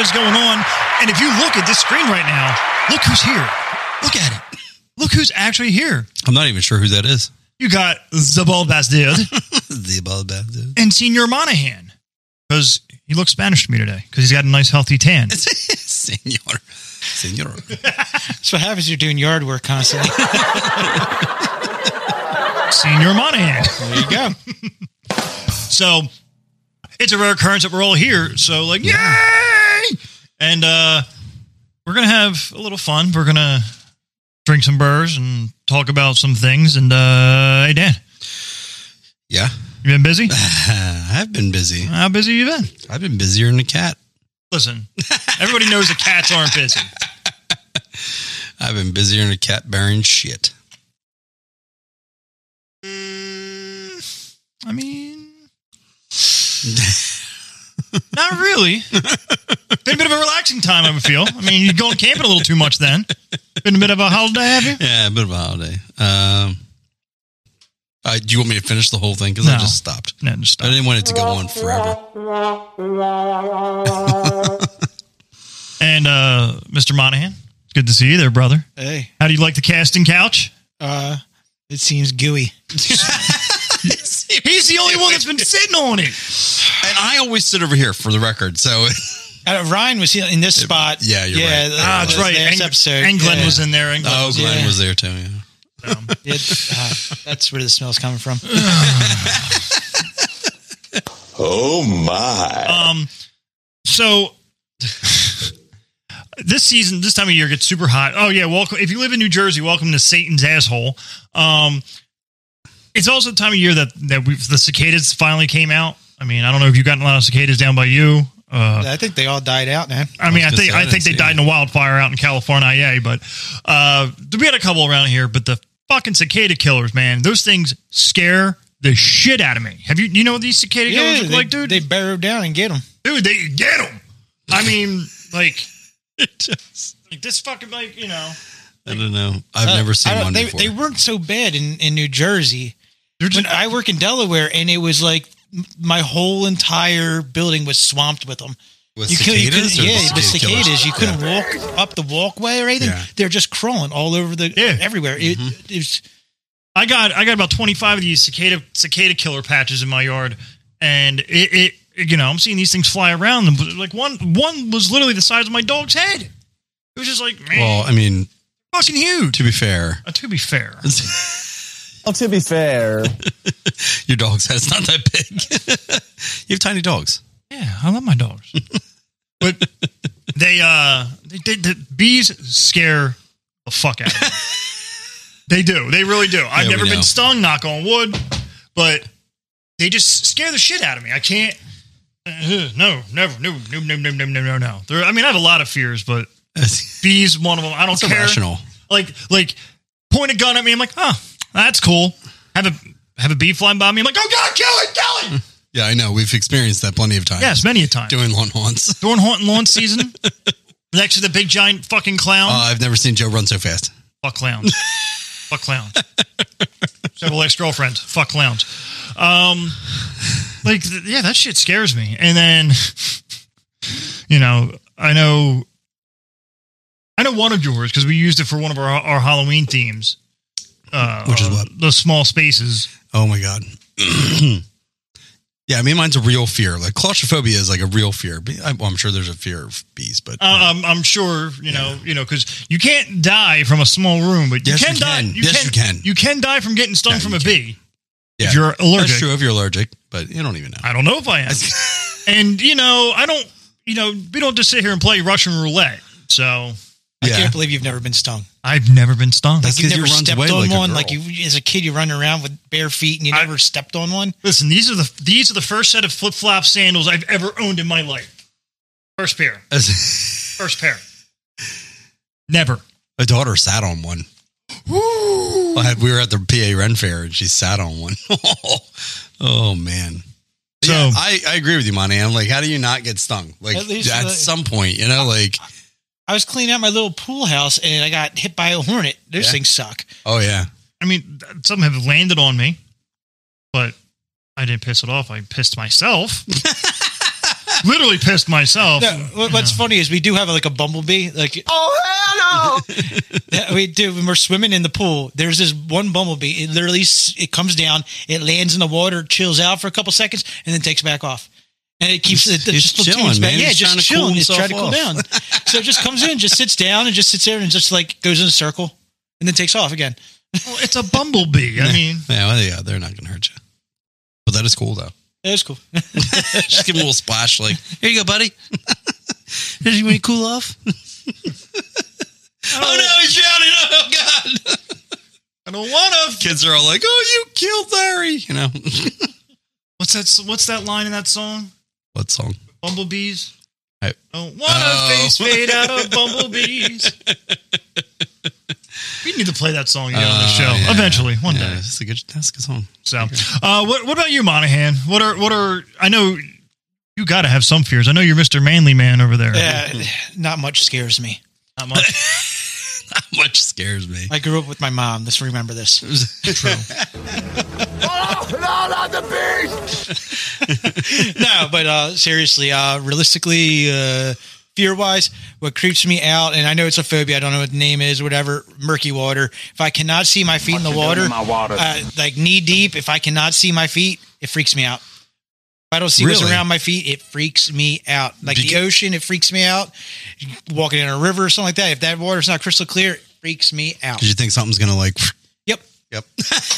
is going on. And if you look at this screen right now, look who's here. Look at it. Look who's actually here. I'm not even sure who that is. You got Zabal Bastid the about that. and Senior Monahan because he looks Spanish to me today because he's got a nice healthy tan. Senor. Senor. That's what happens. You're doing yard work constantly. Senior Monahan. there you go. So it's a rare occurrence that we're all here. So like, yay! And uh, we're gonna have a little fun. We're gonna drink some burrs and talk about some things. And uh, hey, Dan, Yeah. you been busy? I've been busy. How busy you been? I've been busier than a cat. Listen, everybody knows the cats aren't busy. I've been busier than a cat bearing shit. I mean, not really. Been a bit of a relaxing time, I would feel. I mean, you're going camping a little too much then. Been a bit of a holiday, have you? Yeah, a bit of a holiday. Um, I, do you want me to finish the whole thing? Because I No. just stopped. No, just I stop. didn't want it to go on forever. And uh, Mr. Monahan, it's good to see you there, brother. Hey, How do you like the casting couch? uh, it seems gooey. He's the only one that's been sitting on it. And I always sit over here for the record. So Uh, Ryan was here in this spot. yeah, you're yeah, right. the- Ah, that's the right. last And, episode. and Glenn Yeah. was in there. And Glenn oh, was in Um, Glenn yeah. was there too. Yeah. It- uh, that's where the smell's coming from. Oh my. Um, so this season, this time of year gets super hot. Oh yeah, welcome. If you live in New Jersey, welcome to Satan's asshole. Um, it's also the time of year that that we the cicadas finally came out. I mean, I don't know if you got a lot of cicadas down by you. Uh, I think they all died out, man. I mean, I gonna think say, I I didn't think they see died any. in a wildfire out in California, yeah. But uh, we had a couple around here. But the fucking cicada killers, man, those things scare the shit out of me. Have you you know what these cicada killers they, look like, dude? they burrow down and get them. dude, they get them. I mean, like, like this fucking like you know, I don't know. I've Uh, never seen one they, before. They weren't so bad in, in New Jersey. When I work in Delaware, and it was like m- my whole entire building was swamped with them. With You couldn't, you cicadas couldn't- or yeah, with cicada killers? cicadas, you couldn't Yeah. walk up the walkway or anything. Yeah. Mm-hmm. They're just crawling all over the Yeah. everywhere. It, it was, I got I got about twenty five of these cicada cicada killer patches in my yard, and it, it you know I'm seeing these things fly around them. But like one one was literally the size of my dog's head. It was just like man, Well, I mean, fucking huge. to be fair, Uh, to be fair, Well, Oh, to be fair, your dog's head's not that big. you have tiny dogs. yeah, I love my dogs, but they uh they, they, the bees scare the fuck out of me. they do, they really do. I've Yeah, we never know. been stung, knock on wood, but they just scare the shit out of me. I can't. Uh, no, never, no, no, no, no, no, no, no, no. There, I mean, I have a lot of fears, but That's bees, one of them. I don't care. irrational. Like, like, point a gun at me. I'm like, oh, that's cool. Have a have a bee flying by me. I'm like, oh god, kill it, kill it. Yeah, I know. We've experieed that plenty of times. yes, many a time. Doing lawn haunts. during haunting lawn season next to the big giant fucking clown. Uh, I've never seen Joe run so fast. fuck clowns. fuck clowns. Several ex girlfriends. Fuck clowns. Um, like th- yeah, that shit scares me. And then you know, I know, I know one of yours because we used it for one of our our Halloween themes. Uh, Which is what? the small spaces. Oh my god. yeah, I mean, mine's a real fear. Like claustrophobia is like a real fear. Be- I- well, I'm sure there's a fear of bees, but Uh, I'm, I'm sure you know you know because you can't die from a small room, but you Yes, can you die. can. Yes, you can. You can die from getting stung Yeah, from a you can. bee yeah, if you're allergic. that's true if you're allergic, but you don't even know. I don't know if I am. and you know, I don't. You know, we don't just sit here and play Russian roulette. So I yeah, can't believe you've never been stung. I've never been stung. That's You've 'cause never you runs away stepped on like a one. girl. Like you, as a kid, you run around with bare feet and you I- never stepped on one. Listen, these are the these are the first set of flip flop sandals I've ever owned in my life. First pair. First pair. Never. my daughter sat on one. I had- we were at the PA Ren Fair and she sat on one. oh man. So- yeah, I, I agree with you, Monty. I'm like, how do you not get stung? Like at, At least, uh, some point, you know, like I was cleaning out my little pool house and I got hit by a hornet. Those Yeah. things suck. oh yeah. I mean, th- some have landed on me, but I didn't piss it off. I pissed myself. literally pissed myself. No, what- what's funny is we do have like a bumblebee. Like, oh hell no! we do. When we're swimming in the pool, there's this one bumblebee. It literally s- it comes down, it lands in the water, chills out for a couple seconds, and then takes back off. And it keeps it, it It's just platoons chilling, back. man. Yeah, It's just trying to cool chilling. It's himself trying to cool off. down. so it just comes in, just sits down, and just sits there, and just like goes in a circle, and then takes off again. Well, Oh, it's a bumblebee. I mean, Yeah, well, yeah, they're not gonna hurt you. But that is cool though. It was cool. Just give him a little splash, like here you go, buddy. Did you want to cool off? oh Oh, no, he's drowning! Oh god! I don't want to. Kids are all like, "Oh, you killed Larry!" You know What's that? What's that line in that song? what song? Bumblebees. I- don't want to Oh. face made out of bumblebees. we need to play that song again on the Uh, show yeah. eventually, one Yeah, day. That's a good. That's a good song. So, uh, what what about you, Monahan? What are what are I know you got to have some fears. I know you're Mister Manly Man over there. Yeah, not much scares me. Not much. Much scares me. I grew up with my mom. Let's remember this. no, but uh, seriously, uh, realistically, uh, fear wise, what creeps me out, and I know it's a phobia. I don't know what the name is, or whatever. Murky water. If I cannot see my feet in the water, Uh, like knee deep. If I cannot see my feet, it freaks me out. If I don't see what's Really? around my feet, it freaks me out. Like Did the you- ocean, it freaks me out. Walking in a river or something like that. If that water's not crystal clear, it freaks me out. Did you think something's gonna like? Yep. Yep.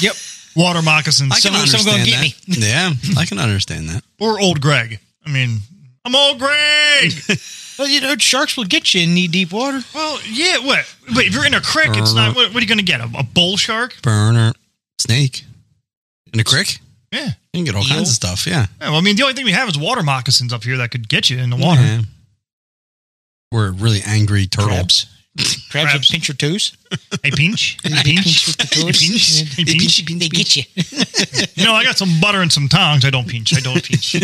Yep. Water moccasins I Someone- someone gonna understand that. Yeah, I can understand that. or old Greg. I mean, I'm old Greg. Well, you know, sharks will get you in knee deep water. well, yeah. What? But if you're in a creek, it's not. What, what are you going to get? A, a bull shark? Burner snake in a crick. Yeah. You can get all Eel? kinds of stuff. Yeah. Yeah, well, I mean, the only thing we have is water moccasins up here that could get you in the water. Yeah. We're a really angry turtle. Crabs. Crabs, Crabs. will pinch your toes. Hey, pinch. Hey, pinch pinch. with the Hey, toes. pinch. Hey, pinch. They get you. You know, I got some butter and some tongs. I don't pinch. I don't pinch.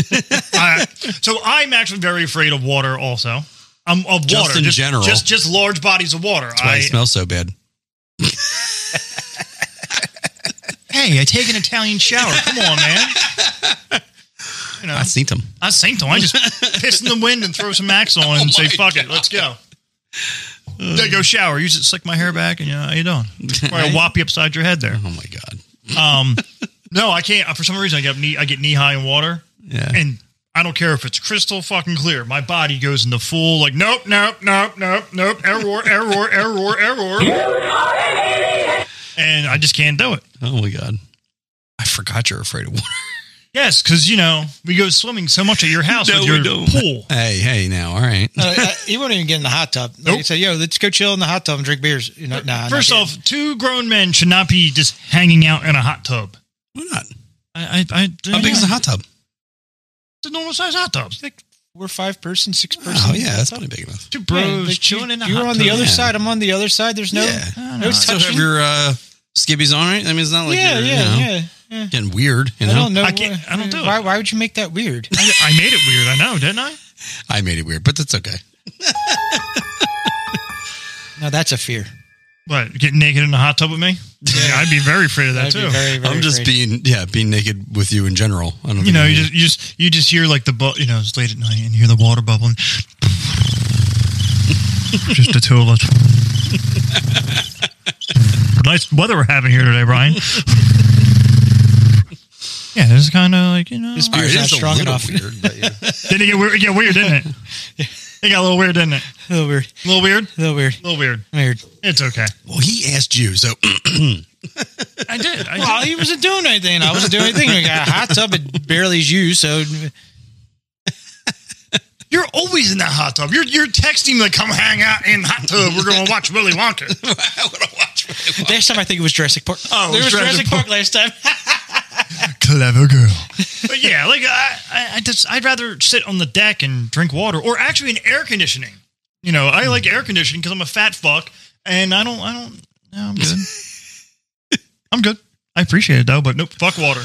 I- so I'm actually very afraid of water. Also, I'm of Just water in general. Just just large bodies of water. That's why I- it smells so bad. hey, I take an Italian shower. Come on, man. You know, I seen them. I saint them. I just piss in the wind and throw some Axe Oh on and say, "Fuck it, let's go." There you go shower. Use it, slick my hair back, and you know, how you doing? Or I whop you upside your head there. Oh my god. Um, no, I can't. For some reason, I get knee, I get knee high in water, Yeah. and I don't care if it's crystal fucking clear. My body goes into full like, nope, nope, nope, nope, nope, error, error, error, error, and I just can't do it. Oh my god. I forgot you're afraid of water. Yes, because you know we go swimming so much at your house No, with we your don't. pool. Hey, hey, now, all right. No, uh, you won't even get in the hot tub. Like Nope. you say, yo, let's go chill in the hot tub and drink beers. You know, nah, First not off, two grown men should not be just hanging out in a hot tub. Why not? I, I, I How big is the hot tub? It's a normal size hot tub. getting- like we're five person, six person. Oh yeah, that's probably big enough. Two Yeah, bros like, chilling you, in the You're hot on tub. the other Yeah. side. I'm on the other side. There's no. yeah. I don't No know. Still have touching. your uh, skibbies on, right? That means it's not like yeah, you're, yeah, you know, yeah, yeah. getting weird. You know, I don't know. I can't- why- I don't do it. why, Why would you make that weird? I, I made it weird. I know, didn't I? I made it weird, but that's okay. No, that's a fear. What? Getting naked in the hot tub with me? Yeah, I'd be very afraid of that That'd be too. very, very I'm just afraid. being, yeah, being naked with you in general. I don't you think know, I you need- just, you just you just hear like the bu- you know it's late at night and you hear the water bubbling. just the two of us. nice weather we're having here today, Brian. yeah, this is kind of like you know. Just All right, Beer's it not is a strong little enough. Weird, but yeah. Didn't it get weird? It got weird, didn't it? It got a little weird, didn't it? a little weird. A little weird. A little weird. A little weird. Weird. It's okay. well, he asked you, so I did. I Well, he wasn't doing anything. I wasn't doing anything. I got a hot tub. It barely is you. So You're always in that hot tub. You're you're texting me like, come hang out in the hot tub. We're gonna watch Willy Wonka. I would have watched. last time I think it was Jurassic Park. Oh, it there was was Jurassic Jurassic Park last time. Clever girl. But yeah, like I, I, I just I'd rather sit on the deck and drink water, or actually in air conditioning. You know, I like air conditioning because I'm a fat fuck, and I don't, I don't. No, I'm good. I'm good. I appreciate it though, but nope. Fuck water.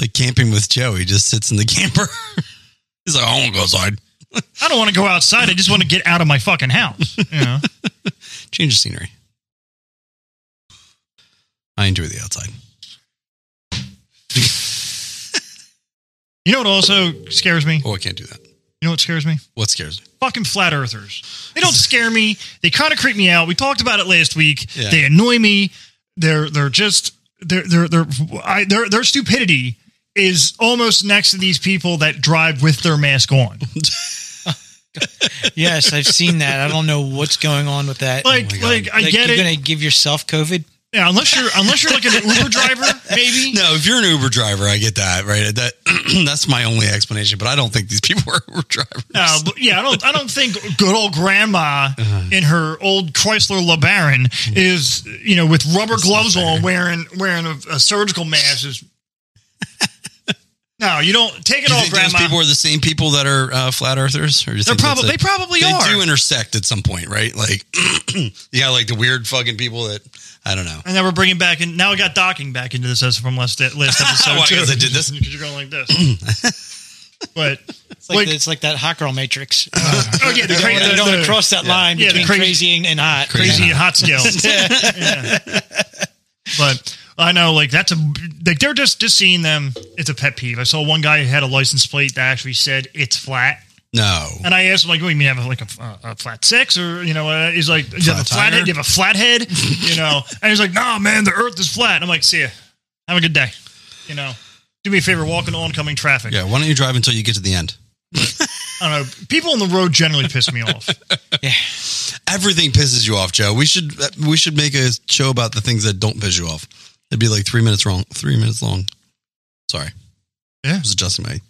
Like camping with Joe, he just sits in the camper. He's like, I want to go outside, I don't want to go outside. I just want to get out of my fucking house. You know. change the scenery. I enjoy the outside. You know what also scares me? Oh, I can't do that. You You know what scares me? What scares me? Fucking flat earthers. They don't scare me. They kind of creep me out. We talked about it last week. Yeah. They annoy me. They're they're just they're they're they're I, their their stupidity is almost next to these people that drive with their mask on. Yes, I've seen that. I don't know what's going on with that. Like God. like I Like, get you're it. gonna give yourself COVID. yeah, unless you're unless you're like an Uber driver, maybe. No, if you're an Uber driver, I get that, right? That that's my only explanation, but I don't think these people are Uber drivers. No, but yeah, I don't. I don't think good old grandma Uh-huh. in her old Chrysler LeBaron Mm-hmm. is you know with rubber gloves on, wearing wearing a, a surgical mask. Is no, you don't take it Do you off, think those grandma. people are the same people that are uh, flat earthers? Or do you They're think that's probably they a- probably they are. do intersect at some point, right? Like you got like the weird fucking people that I don't know. and now we're bringing back and now we got docking back into this as from last last episode. Why, 'cause too. I did this? because you're going like this. but It's like, Like- it's like that hot girl matrix. oh yeah, the, cra- You don't, wanna- you the- don't wanna the cross that line Yeah, the between crazy- crazy, and, and hot. crazy hot scale. But I know, like that's a like they're just just seeing them. It's a pet peeve. I saw one guy who had a license plate that actually said it's flat, No. and I asked him like, "What do you mean have like a, a flat six or you know?" Uh, he's like, "You have a Flat tire? flat head? You have a flat head? you know?" And he's like, "No, man, the Earth is flat." I'm like, "See ya. Have a good day. You know, do me a favor, walk in oncoming traffic." Yeah, why don't you drive until you get to the end? I don't know. People on the road generally piss me off. Everything pisses you off, Joe. We should uh, we should make a show about the things that don't piss you off. It'd be like three minutes wrong, three minutes long. Sorry, I Yeah, was adjusting my.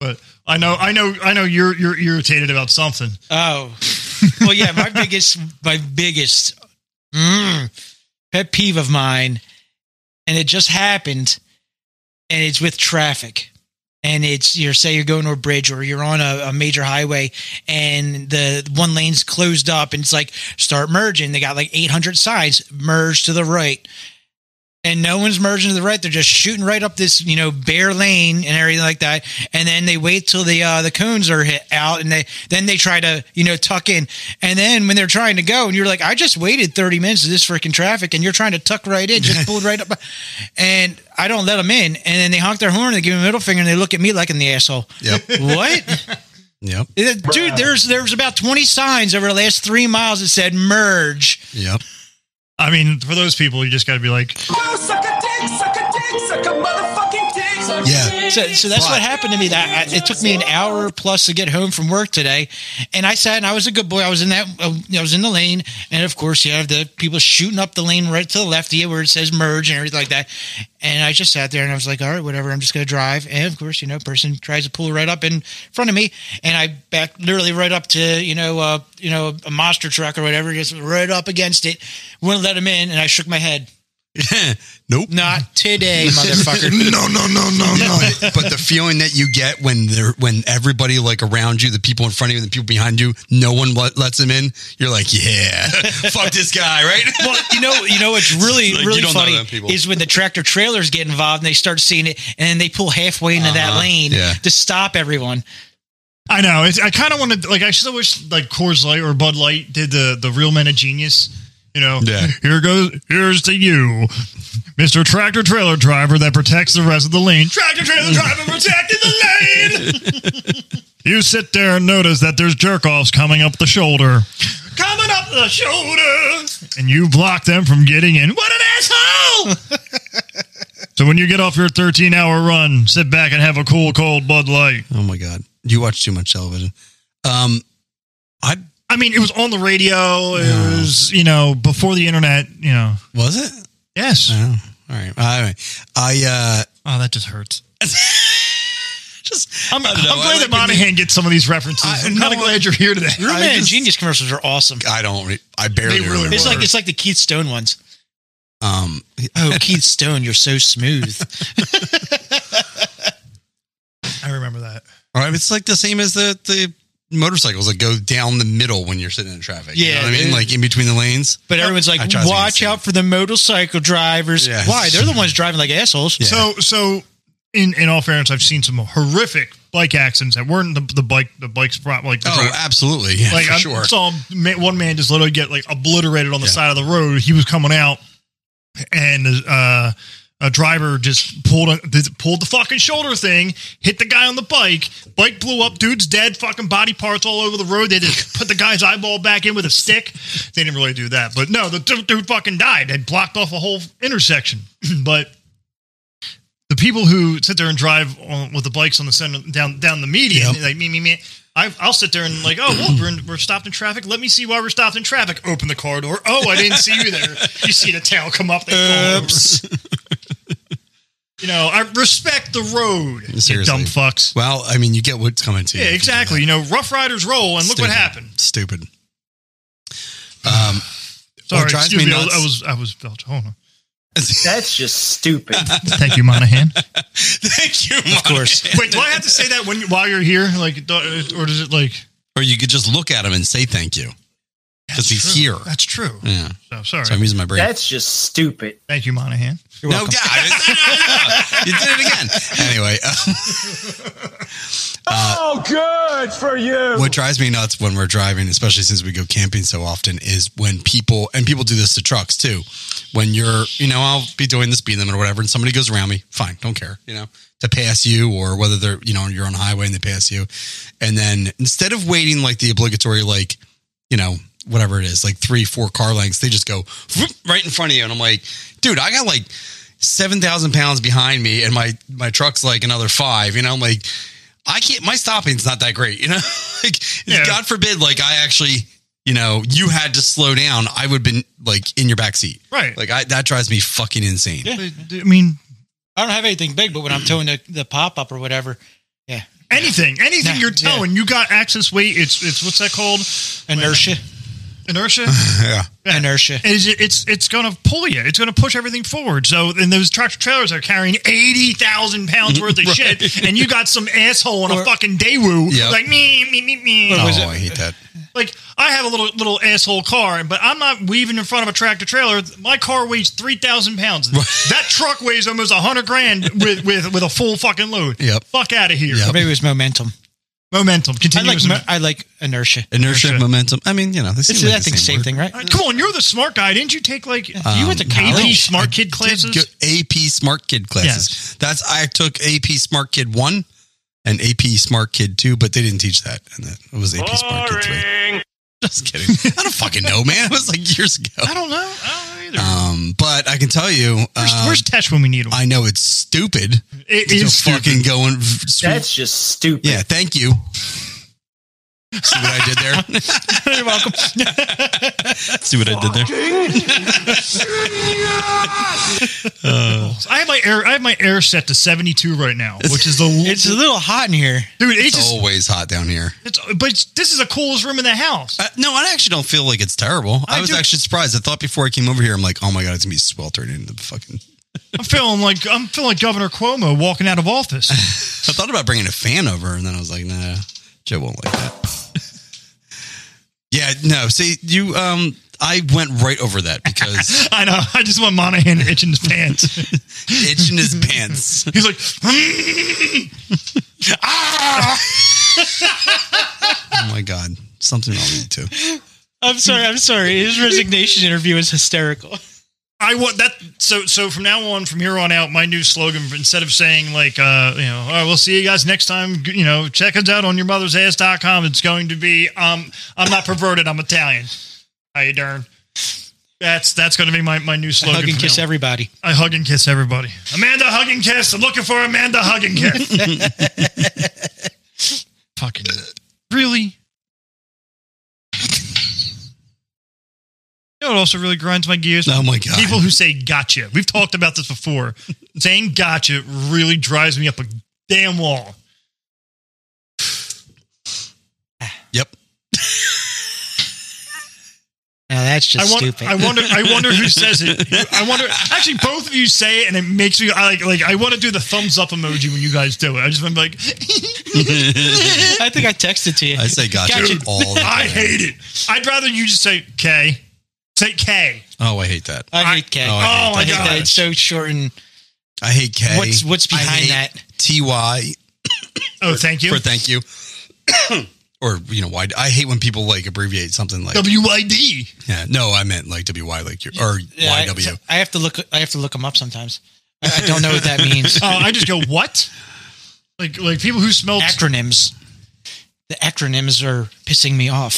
but I know, I know, I know. You're you're irritated about something. Oh, well, yeah. My biggest, my biggest mm, pet peeve of mine, and it just happened, and it's with traffic, and it's you're say you're going to a bridge or you're on a, a major highway, and the one lane's closed up, and it's like start merging. They got like 800 signs, merge to the right. And no one's merging to the right. They're just shooting right up this, you know, bare lane and everything like that. And then they wait till the uh, the cones are hit out, and they then they try to, you know, tuck in. And then when they're trying to go, and you're like, I just waited 30 minutes of this freaking traffic, and you're trying to tuck right in, just pulled right up. And I don't let them in. And then they honk their horn, they give me a middle finger, and they look at me like I'm the asshole. Yep, What? yep, Uh, Dude, there's there's about 20 signs over the last three miles that said merge. yep. I mean, for those people, you just got to be like, suck a dick, suck a dick, suck a motherfucking dick. Yeah. So, so that's what happened to me. That I, it took me an hour plus to get home from work today, and I sat and I was a good boy. I was in that uh, I was in the lane, and of course you have the people shooting up the lane right to the left here where it says merge and everything like that. And I just sat there and I was like, all right, whatever. I'm just gonna drive. And of course, you know, person tries to pull right up in front of me, and I back literally right up to you know uh, you know a monster truck or whatever, just right up against it. Wouldn't let him in, and I shook my head. nope. Not today, motherfucker. no, no, no, no, no. but the feeling that you get when they're when everybody like around you, the people in front of you, the people behind you, no one let, lets them in. You're like, yeah, fuck this guy, right? Well, you know, you know what's really Like, you really don't know funny them people. is when the tractor trailers get involved and they start seeing it, and then they pull halfway into that lane Uh-huh. yeah. to stop everyone. I know. It's, I kind of want to like. I still wish like Coors Light or Bud Light did the the real men of genius. You know, Yeah. here goes. Here's to you, Mister Tractor Trailer Driver that protects the rest of the lane. Tractor Trailer Driver protecting the lane. you sit there and notice that there's jerk offs coming up the shoulder, coming up the shoulder, and you block them from getting in. What an asshole! so when you get off your 13 hour run, sit back and have a cool cold Bud Light. oh my god, you watch too much television. Um, I I mean, it was on the radio. It was, you know, before the internet, you know. was it. Yes. Oh, all right. I I uh, Oh, that just hurts. just I'm, I don't know. I'm I glad like that when Monahan gets some of these references. I- I'm kind no, of glad you're here today. Real I Man just- Genius commercials are awesome. I don't. Re- I barely. They really remember. It's were. like it's like the Keith Stone ones. um. Oh, Keith Stone, you're so smooth. I remember that. All right. It's like the same as the the motorcycles that go down the middle when you're sitting in traffic. you know Yeah, what I mean, dude. like in between the lanes. But everyone's like, I try to watch think out for the motorcycle drivers. Yes. Why? They're the ones driving like assholes. Yeah. So, so in in all fairness, I've seen some horrific bike accidents that weren't the, the bike the bike's prop like the Oh, driver- absolutely. Yeah, like for I sure. saw ma- one man just literally get like obliterated on the Yeah. side of the road. He was coming out, and uh, a driver just pulled a, just pulled the fucking shoulder thing, hit the guy on the bike. Bike blew up. Dude's dead. Fucking body parts all over the road. They just put the guy's eyeball back in with a stick. They didn't really do that, but no, the dude, dude fucking died and blocked off a whole intersection. but the people who sit there and drive on, with the bikes on the center down down the median, like me me me. I, I'll sit there and like, oh, well, we're, in, we're stopped in traffic. Let me see why we're stopped in traffic. Open the car door. Oh, I didn't see you there. You see the tail come up. They fall over. You know, I respect the road. You Seriously. dumb fucks. Well, I mean, you get what's coming to you. Yeah, if you do exactly. that. You know, Rough Riders roll, and look what Stupid. happened. Stupid. Um, Sorry, what drives excuse me me. I was, nuts- I was, I was, felt- hold on. That's just stupid. Thank you, Monahan. Thank you. Of course. Wait, do I have to say that when you- while you're here? Like, do- or does it like? Or you could just look at him and say thank you because he's True. here. That's true. Yeah. So Oh, sorry. So I'm using my brain. That's just stupid. Thank you, Monahan. You're no, welcome. God. you did it again. Anyway, uh, Oh, good for you. what drives me nuts when we're driving, especially since we go camping so often, is when people, and people do this to trucks too, when you're, you know, I'll be doing the speed limit or whatever, and somebody goes around me, fine, don't care, you know, to pass you or whether they're, you know, you're on a highway and they pass you. And then instead of waiting like the obligatory, like, you know, whatever it is, like three, four car lengths, they just go whoop, right in front of you. And I'm like, dude, I got like 7,000 pounds behind me and my, my truck's like another five, you know, I'm like, I can't, my stopping's not that great, you know, like Yeah. God forbid, like I actually, you know, you had to slow down. I would have been like in your back seat. Right. Like I, that drives me fucking insane. Yeah. I I mean, I don't have anything big, but when I'm towing the, the pop up or whatever, yeah, anything, anything Nah, you're yeah. towing, you got access weight. It's it's what's that called? inertia, Inertia. Yeah. Yeah. inertia. It's it's it's going to pull you. It's going to push everything forward. So, and those tractor trailers are carrying eighty thousand pounds worth of shit, and you got some asshole on a Or- fucking Daewoo, Yep. like me, me, me, me. Or Oh, was it- I hate that. Like I have a little little asshole car, but I'm not weaving in front of a tractor trailer. My car weighs three thousand pounds. that truck weighs almost hundred grand with, with with a full fucking load. Yep. Fuck out of here. Yep. Or maybe it was momentum. Momentum. I Continuous. like mo- momentum. I like inertia. Inertia, Inertia. momentum. I mean, you know, this It's is I think same, thing, right? All right, come on, you're the smart guy. Didn't you take like Um, you went to college. AP smart kid classes? AP smart kid classes. That's I took AP smart kid one and AP smart kid two, but they didn't teach that. And that it was AP smart kid three. Just kidding. I don't fucking know, man. It was like years ago. I don't know. I don't know either. Um, but I can tell you, where's, um, where's Tesh when we need him? I know it's stupid. it to is fucking going. That's just stupid. Yeah, thank you. See what I did there? You're welcome. See what I did there? stupid. I have my air. I have my air set to seventy two right now, which is the it's a little hot in here. dude. It's It's just, always hot down here. it's, but it's- this is the coolest room in the house. Uh, no, I actually don't feel like it's terrible. I, I was do- actually surprised. I thought before I came over here, I'm like, oh my god, it's gonna be sweltering in the fucking. I'm feeling like I'm feeling like Governor Cuomo walking out of office. I thought about bringing a fan over, and then I was like, nah, Joe won't like that. yeah, no. See, you, um, I went right over that because I know. I just want Monahan itching his pants. itching his pants. He's like, Oh my god, something wrong with you too. I'm sorry. I'm sorry. His resignation interview is hysterical. I want that. So, so from now on, from here on out, my new slogan instead of saying like, uh, you know, all right, we'll see you guys next time. You know, check us out on your mother's ass.com. It's going to be, um, I'm not perverted. I'm Italian. How you darn? That's that's going to be my, my new slogan. Hug and from kiss now on. everybody. I hug and kiss everybody. Amanda hug and kiss. I'm looking for Amanda hug and kiss. Fucking really. You know, it also really grinds my gears. Oh my god, People who say gotcha. We've talked about this before. Saying gotcha really drives me up a damn wall. Yep. Now that's I just wonder, stupid. I wonder I wonder who says it. I wonder actually both of you say it and it makes me I like like I want to do the thumbs up emoji when you guys do it. I just want to be like I think I texted to you. I say gotcha, Gotcha. all the I time. hate it. I'd rather you just say K. Say K. Oh, I hate that. I hate K. Oh, I I Oh my hate that god. it's so short and I hate K. What's- what's I behind hate that? Ty Oh, thank you. for thank you, or you know why? I hate when people like abbreviate something like WID. yeah. No, I meant like W Y like your or Yeah, I- Y W. I have to look. I have to look them up sometimes. I I don't know what that means. Uh, I just go what? Like like people who Oh. smell acronyms. The acronyms are pissing me off.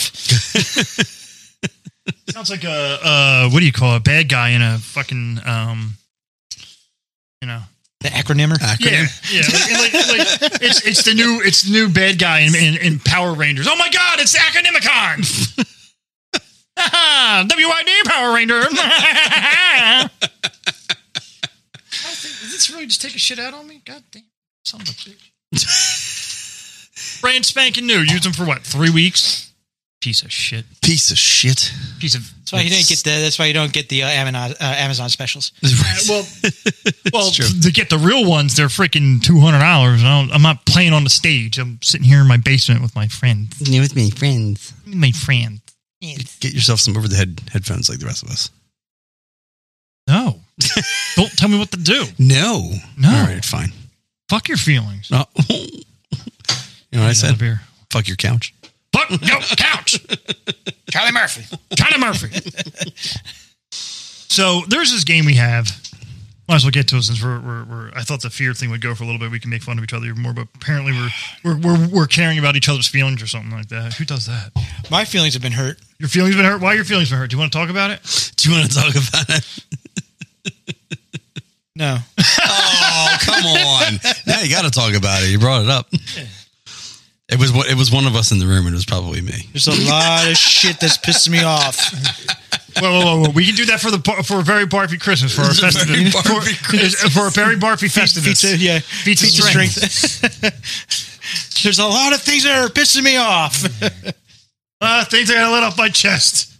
sounds like a uh, what do you call it? bad guy in a fucking um, you know. The acronymer. Yeah, Acronym. yeah. Like, like, like, it's it's the new it's the new bad guy in, in, in Power Rangers. Oh my God! It's Acronymicon. Ah, WID Power Ranger. Did this really just take a shit out on me? God damn, son of a bitch. Brand spanking new. Used them for what? Three weeks. Piece of shit. Piece of shit. Piece of. That's why you didn't get the. That's why you don't get the uh, Amazon, uh, Amazon specials. Well, well, true. to get the real ones, they're freaking two hundred dollars. I'm not playing on the stage. I'm sitting here in my basement with my friend, New with me, friends. my friend. Get yourself some over the head headphones like the rest of us. No, don't tell me what to do. No. No. All right, fine. Fuck your feelings. No. you know what I Another said? beer. Fuck your couch. Fuck your couch, Charlie Murphy. Johnny Murphy. so there's this game we have. Might as well get to it since we're, we're, we're. I thought the fear thing would go for a little bit. We can make fun of each other even more, but apparently we're we're we're, we're caring about each other's feelings or something like that. Who does that? My feelings have been hurt. Your feelings been hurt. Why your feelings been hurt? Do you want to talk about it? Do you want to talk about it? No. Oh, come on. now you got to talk about it. You brought it up. It was what it was one of us in the room, and it was probably me. There's a lot of shit that's pissing me off. Whoa, whoa, whoa, whoa. We can do that for the bar- for a very barfy Christmas for our It's a very festivus barfy for, Christmas. is- for a very barfy festivus. Feats of- yeah. Feats of Feats of strength. strength. There's a lot of things that are pissing me off. Uh, things I gotta let off my chest.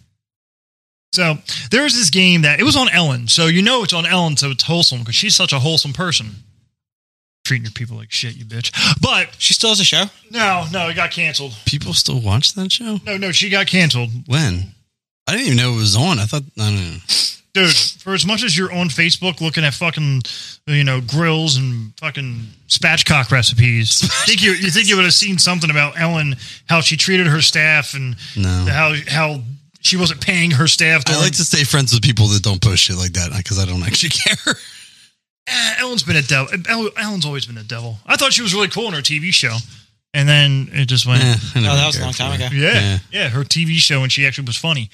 So there was this game that it was on Ellen, so you know it's on Ellen, so it's wholesome because she's such a wholesome person. Treating your people like shit, you bitch. But She still has a show. no, no, it got canceled. People still watch that show? No, no, she got canceled. When? I didn't even know it was on. I thought I don't know. dude. For as much as you're on Facebook looking at fucking, you know, grills and fucking spatchcock recipes, I think you you think you would have seen something about Ellen, how she treated her staff and No. how how she wasn't paying her staff. I during- like to stay friends with people that don't post shit like that because I don't actually care. Eh, Ellen's been a devil. Ellen- Ellen's always been a devil. I thought she was really cool in her TV show, and then it just went. Eh, I never Oh, that was a cared long for time her. ago. Yeah, Yeah. yeah, her TV show, and she actually was funny,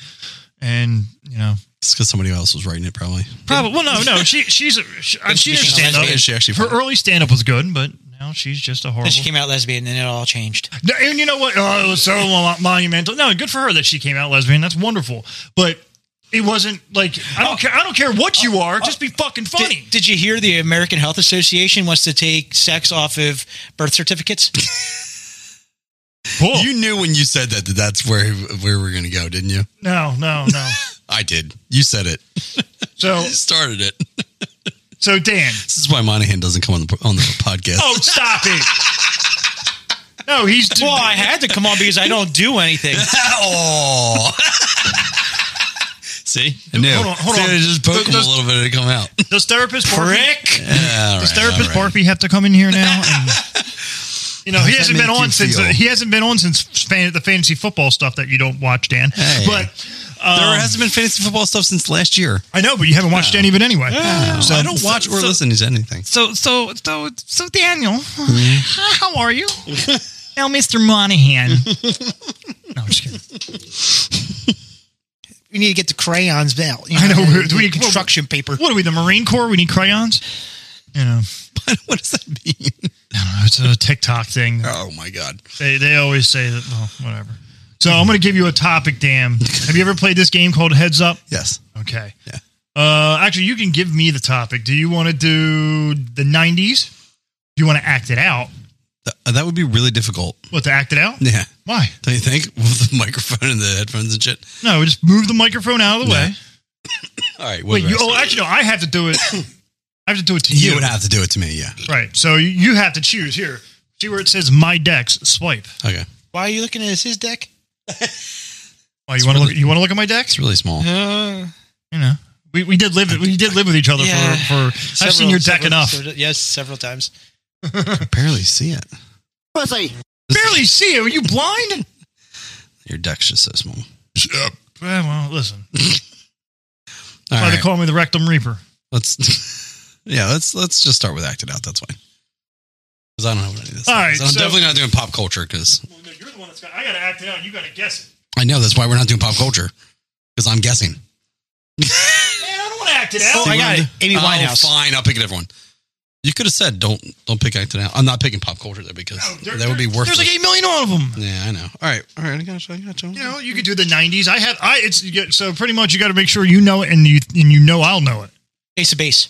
and you know, It's because somebody else was writing it, probably. Probably. Well, no, no. She she's a, she, uh, she did She's a stand up. lesbian. She actually- her early stand up was good, but now she's just a horrible. Then she came out lesbian and it all changed. No, and you know what? Oh, it was so mo- monumental. No, good for her that she came out lesbian. That's wonderful. But it wasn't like I don't care. I don't care what you are. Just be fucking funny. Did, did you hear the American Health Association wants to take sex off of birth certificates? Cool. You knew when you said that, that that's where where we're gonna go, didn't you? no, no, no. I did. You said it. So You started it. so Dan. This is why Monahan doesn't come on the on the podcast. Oh, stop it. No, he's well, I had to come on because I don't do anything. Ow. See, I knew. Hold on, hold See, on. I just poke him Those- a little bit and it come out. does therapist Prick. Yeah, all Does right, therapist all right. Barfy have to come in here now? And, you know, he does hasn't that been make on you since uh, feel? he hasn't been on since fan, the fantasy football stuff that you don't watch, Dan. Hey. But um, There hasn't been fantasy football stuff since last year. I know, but you haven't watched any of it anyway. So I don't watch or listen to anything. So, so, so, so, Daniel, Mm-hmm. how are you? now, Mister Monahan. no, I'm just kidding. We need to get the crayons out. You I know, we- the we- construction paper. What are we, the Marine Corps? We need crayons. You know, what does that mean? it's a TikTok thing. Oh my god! They they always say that. Well, whatever. So I'm going to give you a topic. Damn, have you ever played this game called Heads Up? Yes. Okay. Yeah. Uh, actually, you can give me the topic. Do you want to do the '90s? Do you want to act it out? Th- uh, that would be really difficult. What to act it out? Yeah. Why? Don't you think? With the microphone and the headphones and shit. No, just move the microphone out of the No. way. All right. Wait, you, oh, actually, no. I have to do it. I have to do it to you. you would have to do it to me. Yeah. right. So you- you have to choose here. See where it says "My Decks." Swipe. Okay. Why are you looking at his deck? Oh, you want to look? You want to look at my decks? It's really small. Uh, You know, we, we did live we did live with each other Yeah. for, for I've seen your deck enough. yes, several times. I barely see it. Barely see it. Are you blind? Your deck's just so small. Well, well, listen. All Why right. they call me the Rectum Reaper? Let's. yeah, let's let's just start with acted out. That's fine. Because I don't have any of this. All right, So I'm so- definitely not doing pop culture because Well, no, you're the one that's got. I got to act it out. You got to guess it. I know that's why we're not doing pop culture. Because I'm guessing. Man, I don't want to act it out. I got it. Amy Oh, Winehouse. fine, I'll pick a different one. You could have said don't don't pick acted out. I'm not picking pop culture though because No, there- that would be there- worthless. There's like eight million of them. yeah, I know. All right, all right, I got you. I got you. You know, you could do the '90s. I have. I it's you get- so pretty much. You got to make sure you know it, and you and you know I'll know it. Ace of Base.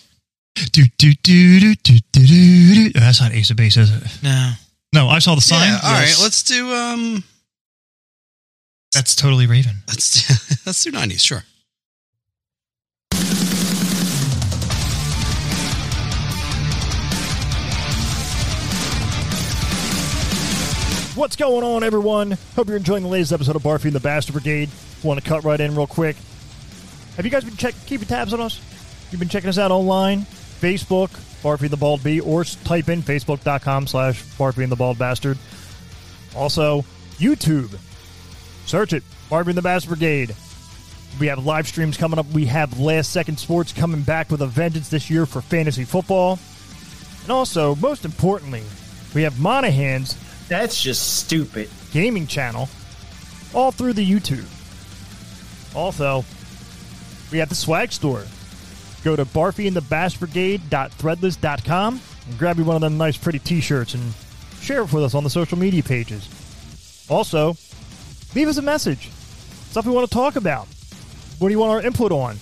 Do do do do do do do. do. That's not Ace of Base, is it? No. No, I saw the sign. Yeah, all right, Yes. let's do um, That's totally Raven. let's do, let's do nineties. Sure. What's going on, everyone? Hope you're enjoying the latest episode of Barfy and the Bastard Brigade. Want to cut right in real quick. Have you guys been check- keeping tabs on us? You've been checking us out online, Facebook, Barfy the Bald Bee, or s- type in facebook.com slash Barfy and the Bald Bastard. Also, YouTube. Search it, Barfy and the Bastard Brigade. We have live streams coming up. We have Last Second Sports coming back with a vengeance this year for fantasy football. And also, most importantly, we have Monahan's That's just stupid. gaming channel all through the YouTube. Also, we have the swag store. Go to barfyandthebashbrigade.threadless.com and grab you one of them nice pretty t-shirts and share it with us on the social media pages. Also, leave us a message. Stuff we want to talk about. What do you want our input on?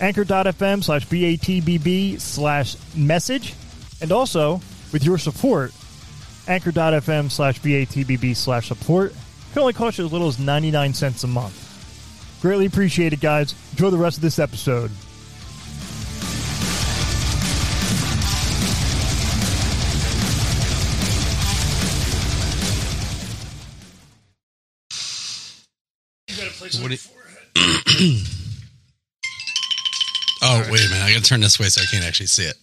Anchor.fm slash BATBB slash message. And also, with your support, anchor.fm slash BATBB slash support. Can only cost you as little as 99 cents a month. Greatly appreciated, guys. Enjoy the rest of this episode. What do you- oh wait a minute! I got to turn this way so I can't actually see it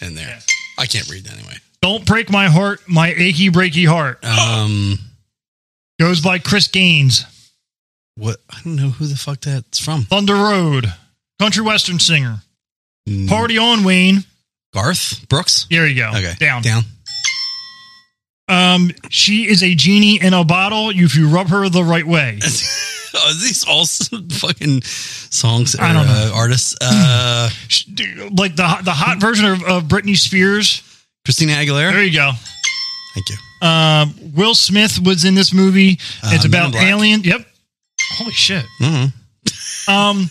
in there. I can't read anyway. Don't break my heart, my achy breaky heart. Um, Goes by Chris Gaines, what? I don't know who the fuck that's from. Thunder Road, country western singer. Mm, Party on, Wayne. Garth Brooks. There you go. Okay, Down. down. Um, she is a genie in a bottle. If you rub her the right way, Are these all some fucking songs or I don't uh, artists? Uh, Sh- like the hot- the hot version of, of Britney Spears. Christina There Aguilera. you go. Thank you. Um, Will Smith was in this movie. Uh, It's Men in about Black. alien. Yep. Holy shit. Mhm. um,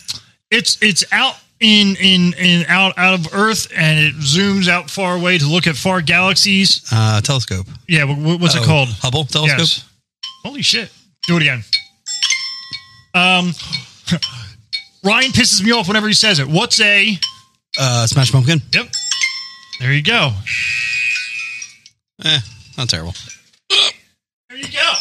it's it's out in in in out out of Earth, and it zooms out far away to look at far galaxies. Uh, telescope. Yeah. wh- wh- What's Oh, it called? Hubble telescope. Yes. Holy shit. Do it again. Um, Ryan pisses me off whenever he says it. What's a? Uh, Smash Pumpkin. Yep. There you go. Eh, not terrible. There you go.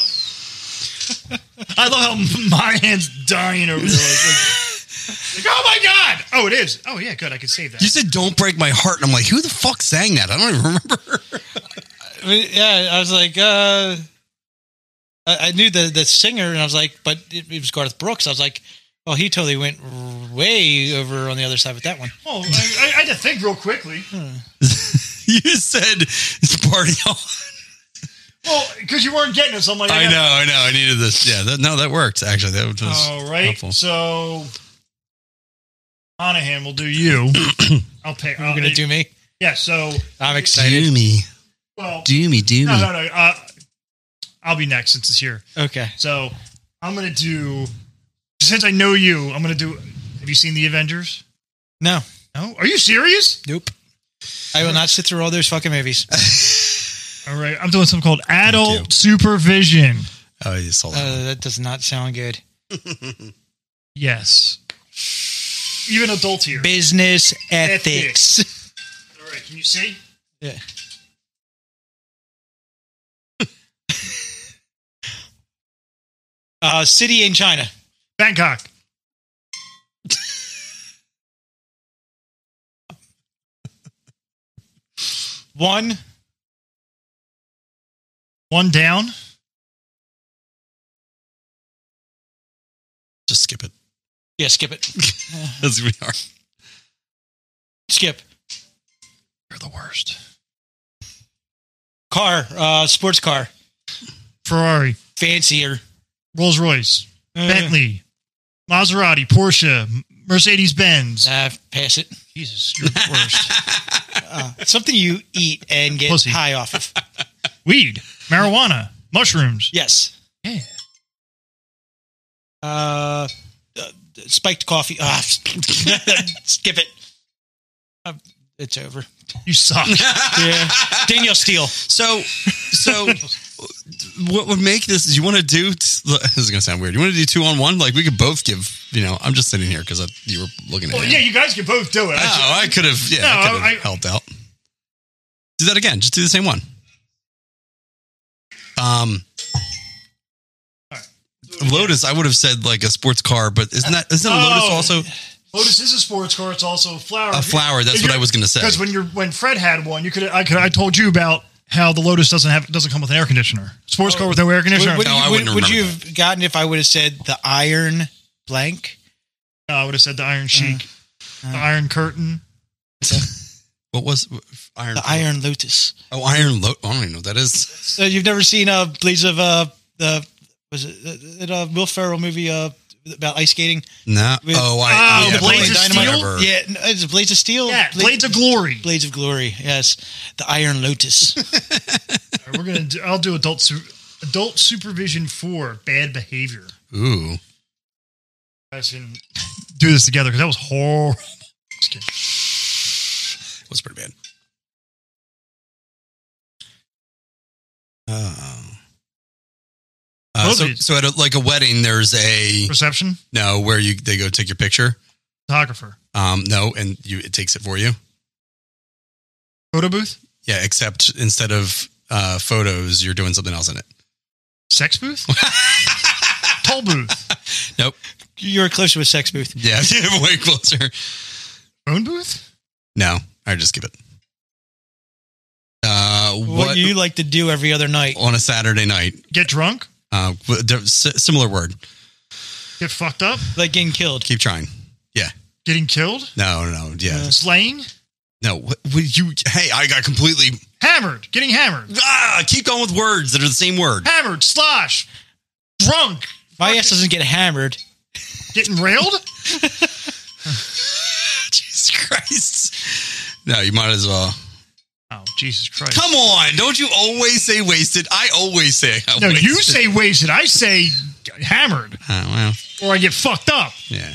I love how my hand's dying over there. Like, like- like, oh my god! Oh, it is. Oh yeah, good. I can save that. You said "Don't Break My Heart," and I'm like, who the fuck sang that? I don't even remember. But, Uh, yeah, I was like, uh, I, I knew the the singer, and I was like, but it, it was Garth Brooks. I was like, well, he totally went r- way over on the other side with that one. Oh, I, I, I had to think real quickly. you said it's party on. Well, because you weren't getting us. I'm like, I gotta- know, I know. I needed this. Yeah, that, no, that worked actually. That was All right. helpful. So, Monahan will do you. I'll pay. uh, You're gonna do me? Yeah. So, I'm excited. Doomy, well, doomy, doomy. no, no, no. Uh, I'll be next since it's here. Okay. So, I'm gonna do. Since I know you, I'm gonna do. Have you seen the Avengers? No. No. Are you serious? Nope. I will not sit through all those fucking movies. All right. I'm doing something called you. adult supervision. Oh, you saw that. Uh, that does not sound good. Yes. Even adult here. Business ethics. All right. Can you see? Yeah. uh, city in China. Bangkok. One. One down. Just skip it. Yeah, skip it. That's we are. Skip. You're the worst. Car, uh, sports car, Ferrari, fancier. Rolls Royce, Uh, Bentley, Maserati, Porsche, Mercedes Benz. Nah, pass it. Jesus, you're the worst. Something you eat and get Pussy. high off of. Weed, marijuana, mushrooms. Yes. Yeah. Uh, uh, spiked coffee. Ah, skip it. Uh, it's over. You suck. Yeah. Daniel Steele. So, so what would make this? You want to do? This is gonna sound weird. You want to do two on one? Like we could both give. You know, I'm just sitting here because you were looking at. well, him. yeah, you guys can both do it. I- Oh, I could have. Yeah, I No, could I- have helped out. Do that again. Just do the same one. Um, Lotus. I would have said like a sports car, but isn't that isn't a Lotus Oh. also Lotus is a sports car. It's also a Oh, flower. a flower? That's what I was gonna say. Because when you're when Fred had one, you could I could I told you about how the Lotus doesn't have doesn't come with an air conditioner. Sports car with no air Would, conditioner. would No, you, I would, wouldn't would you remember have gotten if I would have said the iron blank? No, I would have said the Iron Sheik, the Iron Curtain. What was Iron? The Iron Lotus. Oh, Iron Lo- I don't even know what that is. So you've never seen uh, Blades of uh, the was it uh, uh, Will Ferrell movie uh, about ice skating? No. With- um, oh, Oh, I. yeah, Blades of Dynamite Steel? Ever. Yeah, n- it's Blades of Steel. Yeah, Bla- Blades of Glory. Blades of Glory. Yes, the Iron Lotus. All right, We're gonna. Do, I'll do adult su- adult supervision for bad behavior. You Ooh. guys can do this together because that was horrible. Just kidding. It was pretty bad. Oh. Uh, so, Loaded. so at a, like a wedding, there's a Perception no where you they go take your picture. photographer Um, no, and you it takes it for you. photo booth Yeah, except instead of uh, photos, you're doing something else in it. sex booth toll booth Nope. you were close to a sex booth. Yeah, way closer. phone booth. No, I just give it. Uh, What, what, Oh. you like to do every other night? on a Saturday night? Get drunk. Uh, w- there- s- similar word. Get fucked up. Like getting killed. Keep trying. Yeah. Getting killed. No. No. no yeah. Yeah. Slaying. No, what, what you? Hey, I got completely. Hammered. Getting hammered. Ah, keep going with words that are the same word. hammered, slosh, drunk, My ass doesn't get hammered. getting railed. Jesus Christ! No, you might as well. Oh, Jesus Christ. Come on! Don't you always say wasted? I always say. I no, you wasted. say wasted. I say hammered, Oh, well, or I get fucked up. yeah.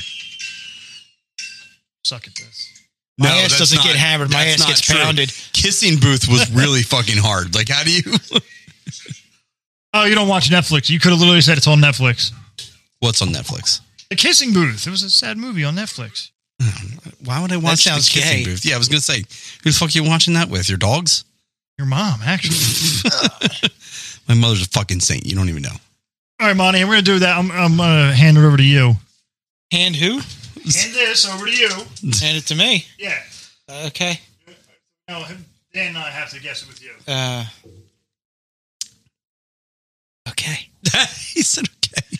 Suck at this. My No, ass that's doesn't not- get hammered. My that's ass not gets true. pounded. Kissing booth was really fucking hard. Like, how do you? Oh, you don't watch Netflix. You could have literally said it's on Netflix. What's on Netflix? The Kissing Booth. It was a sad movie on Netflix. Why would I watch sounds the kissing gay. booth? Yeah, I was gonna say, who the fuck you watching that with? Your dogs? Your mom, actually. My mother's a fucking saint. You don't even know. All right, Monty, we're gonna do that. I'm, I'm gonna hand it over to you. Hand who? Hand this over to you. Hand it to me. Yeah. Okay. No, Dan and I have to guess it with you. Uh, okay. he said, okay,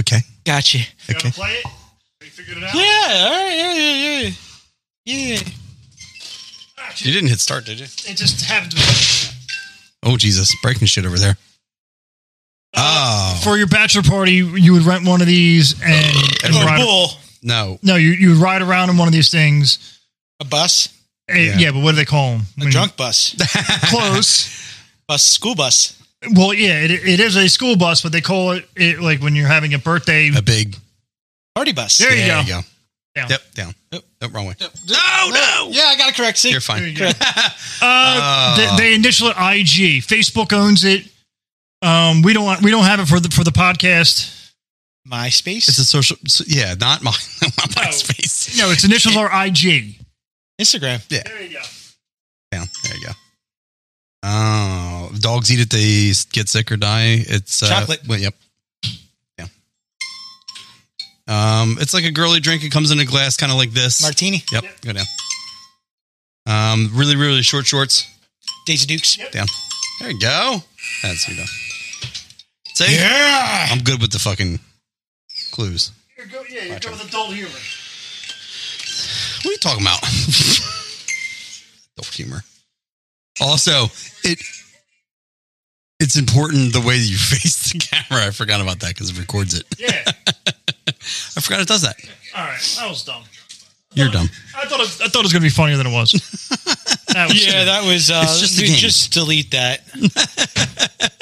okay, Gotcha. You okay. to play it? You figured it out? Oh, Yeah. All right. Yeah. Yeah. Yeah. yeah. You didn't hit start, did you? It just happened to Oh Jesus, breaking shit over there. Oh Uh, for your bachelor party, you would rent one of these and, and Or a ride- Oh, bull. no, No, you you ride around in one of these things. A bus. Eh, Yeah. yeah. but what do they call them? A drunk bus. Close. Bus. School bus. well, yeah, it, it is a school bus, but they call it, it like when you're having a birthday. Uh, a big. Party bus. There you There go. you go. Down. Yep, down. Yep. Nope, wrong way. No. No. Yeah. I got it correct. See. You're fine. There you go. Uh, Oh. they, they initial it IG. Facebook owns it. Um, we don't we don't have it for the for the podcast. MySpace. It's a social. so- Yeah, not my, not my Oh. space. No, its initials are IG. Instagram. There you go. Down. There you go. Oh, dogs eat it. They s- get sick or die. It's uh, Chocolate. Well, yep. Yeah. Um, it's like a girly drink. It comes in a glass, kind of like this. Martini. Yep. Go down. Um, really, really short shorts. Daisy Dukes. Down. There you go. That's you know. See? Yeah. I'm good with the fucking clues. Here, go yeah, you go with adult humor. What are you talking about? Adult humor. Also, it it's important the way that you face the camera. I forgot about that because it records it. Yeah. I forgot it does that. All right. That was dumb. You're dumb. I thought it, I thought it was going to be funnier than it was. That was Yeah, that was. Uh, It's just a dude, game. just delete that.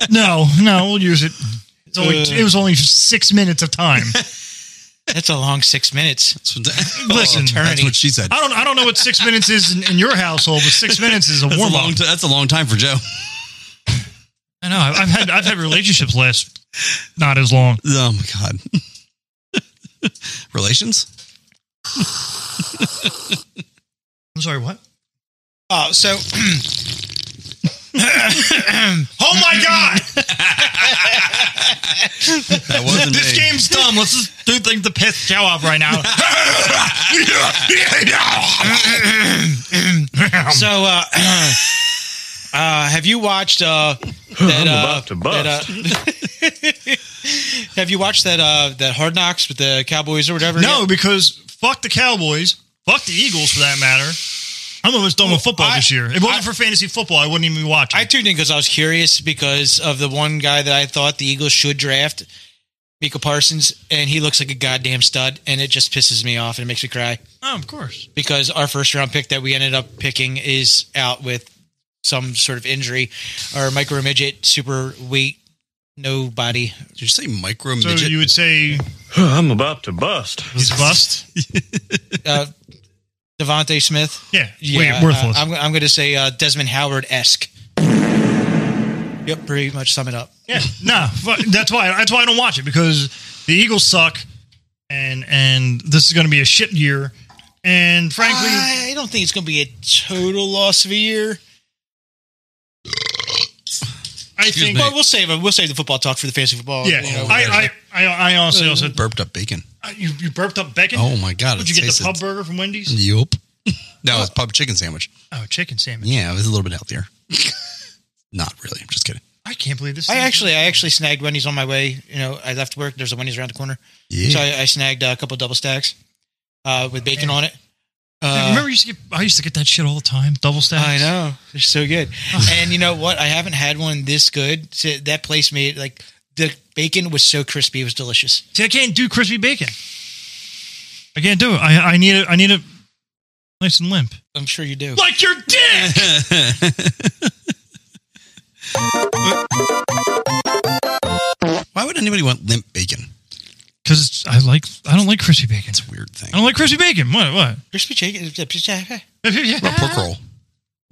no, no, we'll use it. It's only, Uh. it was only six minutes of time. That's a long six minutes. That's what, that, Listen, that's what she said. I don't I don't know what six minutes is in, in your household, but six minutes is a That's a warm long. up. T- that's a long time for Joe. I know. I've I've had I've had relationships last not as long. Oh my god. Relations? I'm sorry. What? Oh, so. oh my god! That wasn't This me. game's dumb. Let's just do things to piss Joe off right now. So, uh, uh, have you watched uh, that? uh, about to bust. that, uh, have you watched that uh, that Hard Knocks with the Cowboys or whatever? no, yet? because fuck the Cowboys, fuck the Eagles for that matter. I'm almost done with football I- this year. If it wasn't I- for fantasy football, I wouldn't even be watching. I tuned in because I was curious because of the one guy that I thought the Eagles should draft, Mika Parsons, and he looks like a goddamn stud, and it just pisses me off and it makes me cry oh, of course. because our first round pick that we ended up picking is out with some sort of injury, or micro midget, super weight, nobody. Did you say micro So midget? you would say I'm about to bust. he's bust? Uh, Devontae Smith. Yeah. Yeah, Wait, worthless. Uh, I'm, I'm going to say uh, Desmond Howard esque. Yep, pretty much sum it up. yeah. No, fuck- that's why. That's why I don't watch it because the Eagles suck, and and this is going to be a shit year. And frankly, I don't think it's going to be a total loss of a year. I think. But we'll save it. We'll save the football talk for the fantasy Oh, football. Yeah, you know, I, I, I, I honestly also burped up bacon. you, you burped up bacon. Oh my god! Did it you get the tasted- pub burger from Wendy's? Yup. No, it's pub chicken sandwich. Oh, chicken sandwich. Yeah, it was a little bit healthier. Not really. I'm just kidding. I can't believe this. I thing- actually, I actually snagged Wendy's on my way. You know, I left work. There's a Wendy's around the corner, Yeah. so I, I snagged uh, a couple double stacks uh, with bacon on it. Dude, Uh, Oh, remember, you used to get, I used to get that shit all the time. Double stacks. I know they're so good. Oh. and you know what? I haven't had one this good. So that place made like the bacon was so crispy. It was delicious. See, I can't do crispy bacon. I can't do it. I, I need it. I need it nice and limp. I'm sure you do. Like your dick. Why would anybody want limp bacon? Because I like. I don't like crispy bacon. It's a weird thing. I don't like crispy bacon. What? What? Crispy chicken. Well, pork roll.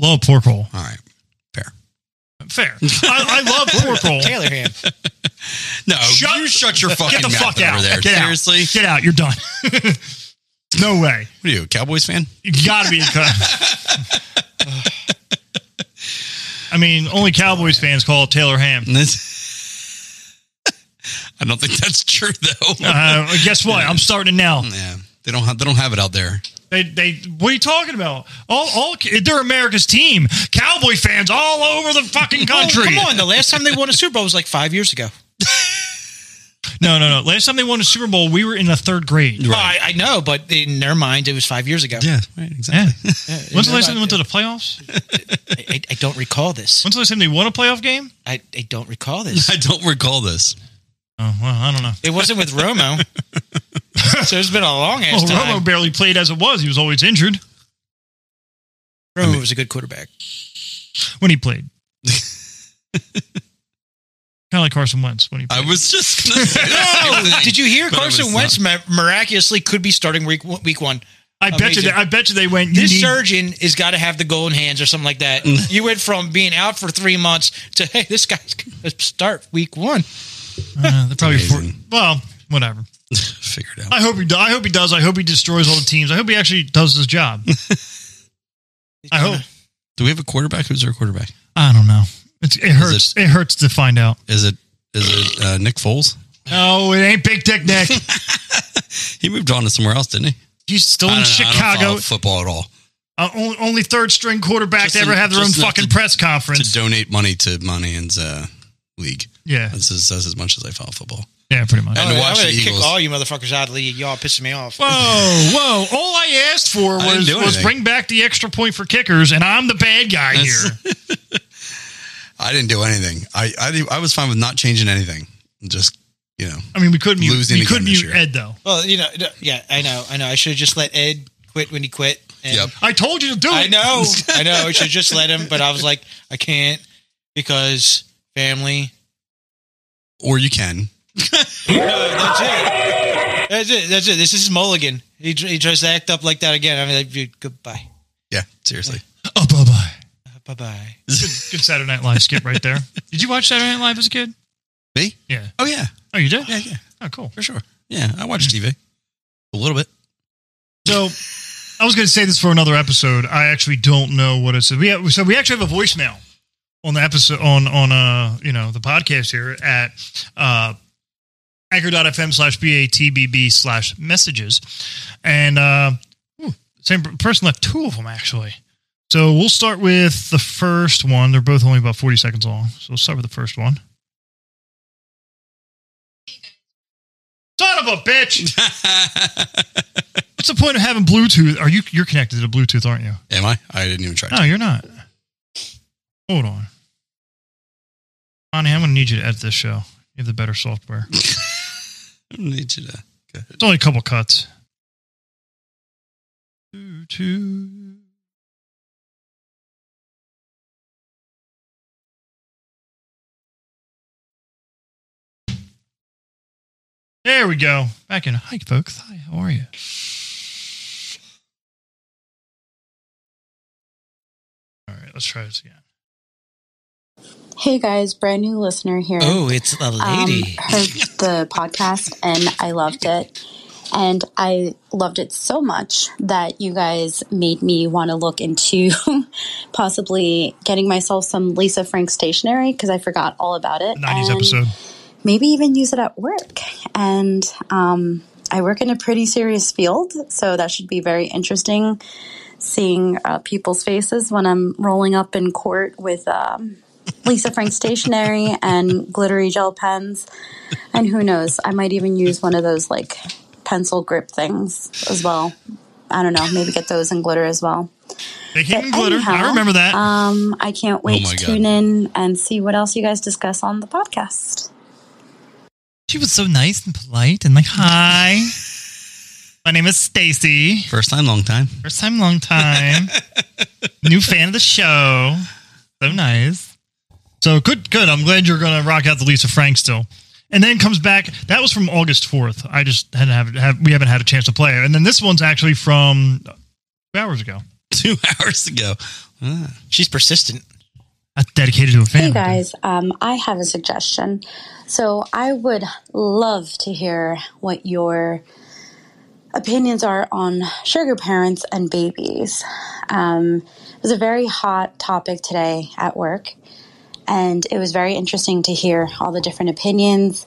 Love pork roll. All right. Fair. Fair. I, I love pork roll. Taylor ham. No, Shut- you shut your fucking Get the mouth fuck over out. there. Get out. Seriously? Get out. You're done. no way. What are you, a Cowboys fan? You gotta be a cut. I mean, only Cowboys fans call it Taylor Ham. I don't think that's true though. Uh, guess what? I'm starting it now. Yeah, they don't have they don't have it out there. They, they, what are you talking about? All, all, they're America's team. Cowboy fans all over the fucking country. Oh, come on. The last time they won a Super Bowl was like five years ago. No, no, no. Last time they won a Super Bowl, we were in the third grade. Well, I, I know, but in their mind, it was five years ago. Yeah, right, Yeah. exactly. When's the last time they went to the playoffs? I, I, I don't recall this. When's the last time they won a playoff game? I, I don't recall this. I don't recall this. Oh, well, I don't know. It wasn't with Romo. so it's been a long ass Well, Romo time. barely played as it was. He was always injured Romo, was a good quarterback. when he played. kind of like Carson Wentz when he I played. was just gonna say the same Oh, thing. did you hear But it Carson was Wentz mi- miraculously could be starting week one- week one? I bet you. Amazing. They, I bet you they went. You This need, surgeon has got to have the golden hands or something like that. Mm. you went from being out for three months to hey, this guy's going to start week one. uh, they're probably It's for, amazing. well, whatever. Figure it out. I hope he. Do, I hope he does. I hope he destroys all the teams. I hope he actually does his job. I hope. Do we have a quarterback? Who's our quarterback? I don't know. It's, it hurts. It, hurts to find out. Is it is it uh, Nick Foles? No, it ain't Big Dick Nick. He moved on to somewhere else, didn't he? He's still I in don't know. I don't Chicago. follow football at all. Uh, only, only third string quarterback Just to ever en- have their own just enough fucking to- press conference. To donate money to Money and's uh, league. yeah. That's as, that's as much as I follow football. Yeah, pretty much. And Oh, I'm to gonna watch the kick Eagles. all you motherfuckers out of the league. Y'all pissing me off. Whoa, whoa. All I asked for I didn't was, do was anything. bring back the extra point for kickers, and I'm the bad guy That's- here. I didn't do anything. I, I did- I was fine with not changing anything. Just you know, I mean, we could mute, Losing we again could this mute year. Ed, though. Well, you know, d- yeah, I know, I know. I should have just let Ed quit when he quit. And Yep. I told you to do it. I know, I know. I should have just let him, but I was like, I can't because family. or you can. No, that's it. That's it. That's it. This is Mulligan. He, tr- he tries to act up like that again. I'm like, dude, goodbye, Yeah, seriously. Oh, bye bye. bye bye. Good, good Saturday Night Live skip right there. Did you watch Saturday Night Live as a kid? Me? Yeah. Oh yeah, Oh, you did? yeah, yeah, Oh, cool. for sure. Yeah, I watch TV a little bit. So I was going to say this for another episode. I actually don't know what it's. We have, so we actually have a voicemail on the episode on on uh you know the podcast here at uh anchor.fm slash batbb slash messages and uh ooh, same person left two of them actually so we'll start with the first one they're both only about 40 seconds long so we'll start with the first one son of a bitch What's the point of having Bluetooth? Are you you're connected to Bluetooth, aren't you? Am I? I didn't even try. No, you're not. Hold on. Connie, I'm gonna need you to edit this show. You have the better software. I don't need you to. Go ahead. It's only a couple cuts. Bluetooth. There we go. Back in. Hi, folks. Hi, how are you? All right, let's try this again. Hey guys, brand new listener here. Oh, it's a Um, heard the podcast and I loved it. And I loved it so much that you guys made me want to look into possibly getting myself some Lisa Frank stationery because I forgot all about it. 90s And episode. Maybe even use it at work. And um, I work in a pretty serious field, so that should be very interesting seeing uh, people's faces when I'm rolling up in court with um, Lisa Frank stationery and glittery gel pens. And who knows, I might even use one of those like pencil grip things as well. I don't know, maybe get those in glitter as well. They came in But glitter. I anyhow, remember that. Um, I can't wait Oh my to God. tune in and see what else you guys discuss on the podcast. She was so nice and polite and like, hi. My name is Stacy. First time, long time. First time, long time. New fan of the show. So nice. So good, good. I'm glad you're going to rock out the Lisa Frank still. And then comes back. That was from August 4th. I just hadn't have, have we haven't had a chance to play it. And then this one's actually from two hours ago. Two hours ago. Ah. She's persistent. That's dedicated to a fan. Hey guys, um, I have a suggestion. So I would love to hear what your opinions are on sugar parents and babies. Um, it was a very hot topic today at work, and it was very interesting to hear all the different opinions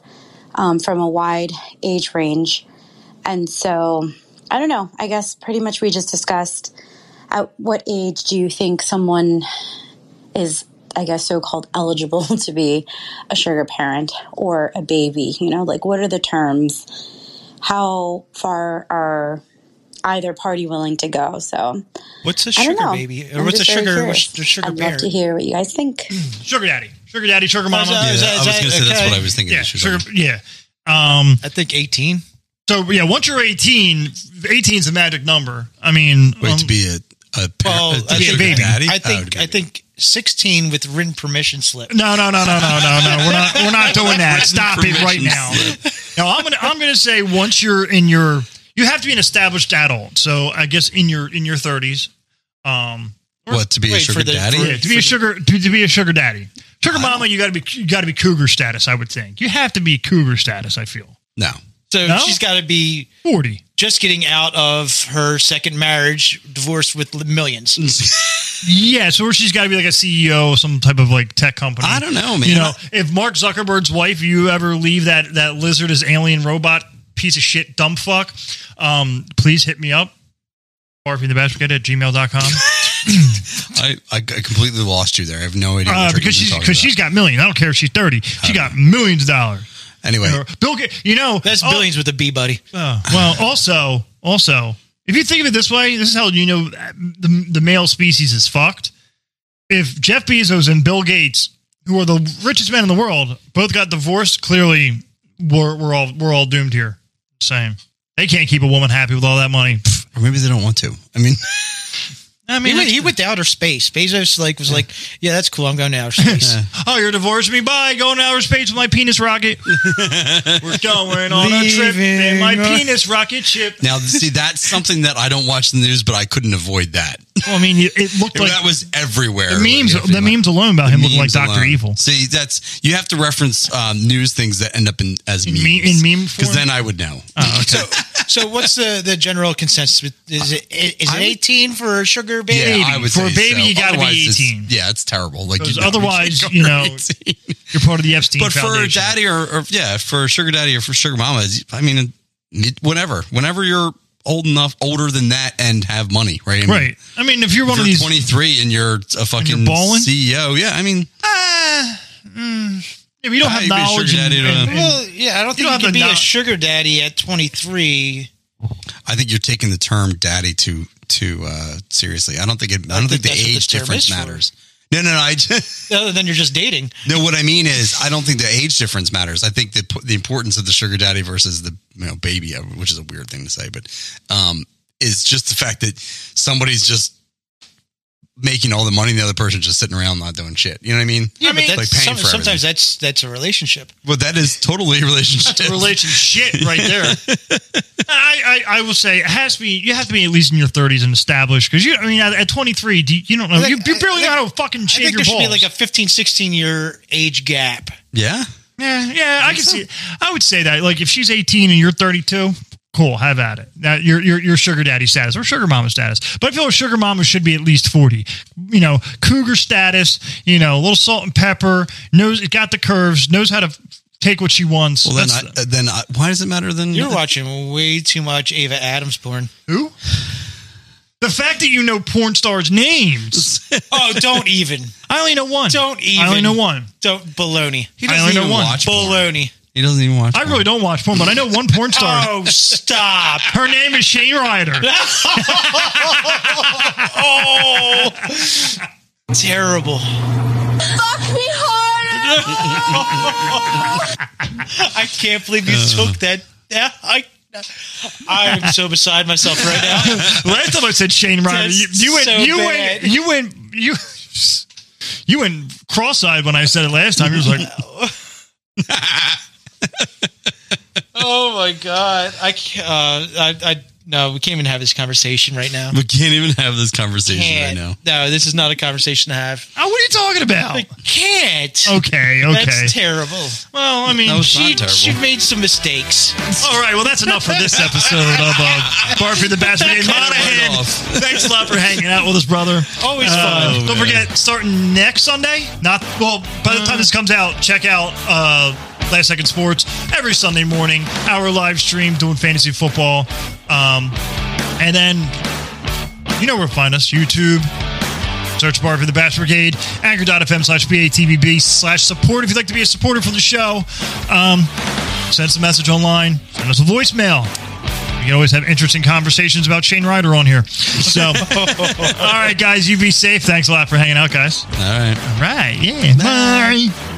um, from a wide age range. And so, I don't know, I guess pretty much we just discussed at what age do you think someone is I guess so called eligible to be a sugar parent or a baby, you know, like what are the terms? How far are either party willing to go? So What's a I don't sugar know. baby? Or I'm what's a just very sugar? curious. What's a sugar I'd love parent? to hear what you guys think. Sugar daddy. Sugar daddy, sugar Oh, mama. Yeah, is I that- was is that going to say that's okay? what I was thinking. Yeah, of. She's on sugar. Yeah. Um, I think 18. So yeah, once you're 18, 18 is a magic number. I mean, Wait, um, to be a, a, Well, par- I a think- sugar baby. daddy? I Oh, think to be I a baby. think 16 with written permission slip. no, no, no, no, no, no, no. We're not, we're not doing that. Stop it right now. No, I'm gonna, I'm gonna say once you're in your, you have to be an established adult. So I guess in your, in your 30s, um, What, to be a Wait, for sugar the- daddy? for- yeah, to be a sugar, to, to be a sugar daddy, sugar mama, you gotta be, you gotta be cougar status. I would think you have to be cougar status. I feel No. So No? she's got to be 40. just getting out of her second marriage, divorced with li- millions. Yeah, so or she's got to be like a CEO of some type of like tech company. I don't know, man. You know, if Mark Zuckerberg's wife, you ever leave that that lizard as alien robot piece of shit dumb fuck, um, please hit me up. Barfing the basket at gmail.com. I, I completely lost you there. I have no idea. Uh, what you're because even she's talking because about. she's got millions. I don't care if she's thirty. She got millions of dollars. Anyway, Or Bill Gates, you know, That's oh, billions with a B, buddy. uh, well, also, also, if you think of it this way, this is how you know the the male species is fucked. If Jeff Bezos and Bill Gates, who are the richest men in the world, both got divorced, clearly we're we're all we're all doomed here. Same. They can't keep a woman happy with all that money. Pfft. or maybe they don't want to. I mean, I He mean, went, he went to outer space. Bezos like was like, yeah, that's cool. I'm going to outer space. oh, you're divorcing me. Bye. Going to outer space with my penis rocket. we're going on a trip in my Leaving. penis rocket ship. now see, that's something that I don't watch the news, but I couldn't avoid that. Well, I mean, it looked like that was everywhere. the memes. Everything The like- memes alone about him looking like memes Doctor alone. Evil. See, that's you have to reference um, news things that end up in as In memes. me- in meme form? because Oh, then I would know. So, so what's the, the general consensus? with- Is it is it 18 for sugar baby? yeah, I would For a say baby, so. you gotta be Otherwise, it's- 18? yeah, it's terrible. Like Because you know, you otherwise, can't go you over know, 18. You're part of the Epstein but for Foundation. daddy or, or yeah, for sugar daddy or for sugar mama, I mean, it, whenever, whenever you're old enough, older than that, and have money, right? I mean, right? I mean, if you're If one of you're these, 23 and you're a fucking balling? CEO, yeah, I mean, if you don't Ah, have you'd be a sugar knowledge, and, daddy, you don't and- know. and- Well, yeah, I don't You don't think you, have can to be not- a sugar daddy at 23. I think you're taking the term daddy too too uh, seriously. I don't think it. I don't think, think the that's what the age term difference is for. matters. No, no, no. I just, Other than you're just dating. no. What I mean is, I don't think the age difference matters. I think the the importance of the sugar daddy versus the you know baby, uh, which is a weird thing to say, but um, is just the fact that somebody's just making all the money, and the other person's just sitting around not doing shit. You know what I mean? Yeah, but that's, like paying some, for sometimes everything. that's that's a relationship. Well, that is totally a relationship. relationship right there. I, I, I will say it has to be. You have to be at least in your 30s and established because you. I mean, at, at 23, do you, you don't know. I You, think- you barely I know how to fucking I shave think your there should balls. be like a 15, 16 year age gap. Yeah. yeah, yeah. I can see. I would say that. Like if she's 18 and you're 32. Cool, have at it. Now your your your sugar daddy status or sugar mama status, but I feel like sugar mama should be at least forty. You know, cougar status. You know, a little salt and pepper. Knows it got the curves. Knows how to take what she wants. Well, then, That's- I, uh, then I, why does it matter? Then You're watching way too much Ava Adams porn. Who? The fact that you know porn stars' names. Oh, don't even. I only know one. Don't I only even. know one. Don't baloney. He I doesn't only know even one. watch porn. Baloney. He doesn't even watch. I porn. really don't watch porn, but I know one porn star. Oh, stop. Her name is Shane Ryder. Terrible. Fuck me harder! I can't believe you Uh. took that. Yeah, I. I'm so beside myself right now. Last time I said Shane Ryder, That's you, you went, so you bad. went, you went, you, you went cross-eyed when I said it last time. You was like, Oh my god, I can't. Uh, I, I no, we can't even have this conversation right now. We can't even have this conversation right Can't. now. No, this is not a conversation to have. oh, what are you talking about? I can't. okay, okay. That's terrible. well, I mean, Oh, That was she- She, Not terrible. she made some mistakes. All right, well, that's enough for this episode of uh, Barfy the Bastard and went Monahan. off. Thanks a lot for hanging out with us, brother. Always Uh, fun. don't man. forget, starting next Sunday. Not well. By the time this comes out, check out uh, Last Second Sports every Sunday morning. Our live stream doing fantasy football, um, and then you know where to find us: YouTube. Search bar for the Bash Brigade, anchor.fm slash BATBB slash support. If you'd like to be a supporter for the show, um, send us a message online, send us a voicemail. We can always have interesting conversations about Shane Ryder on here. So, all right, guys, you be safe. Thanks a lot for hanging out, guys. All right. All right, yeah. Bye.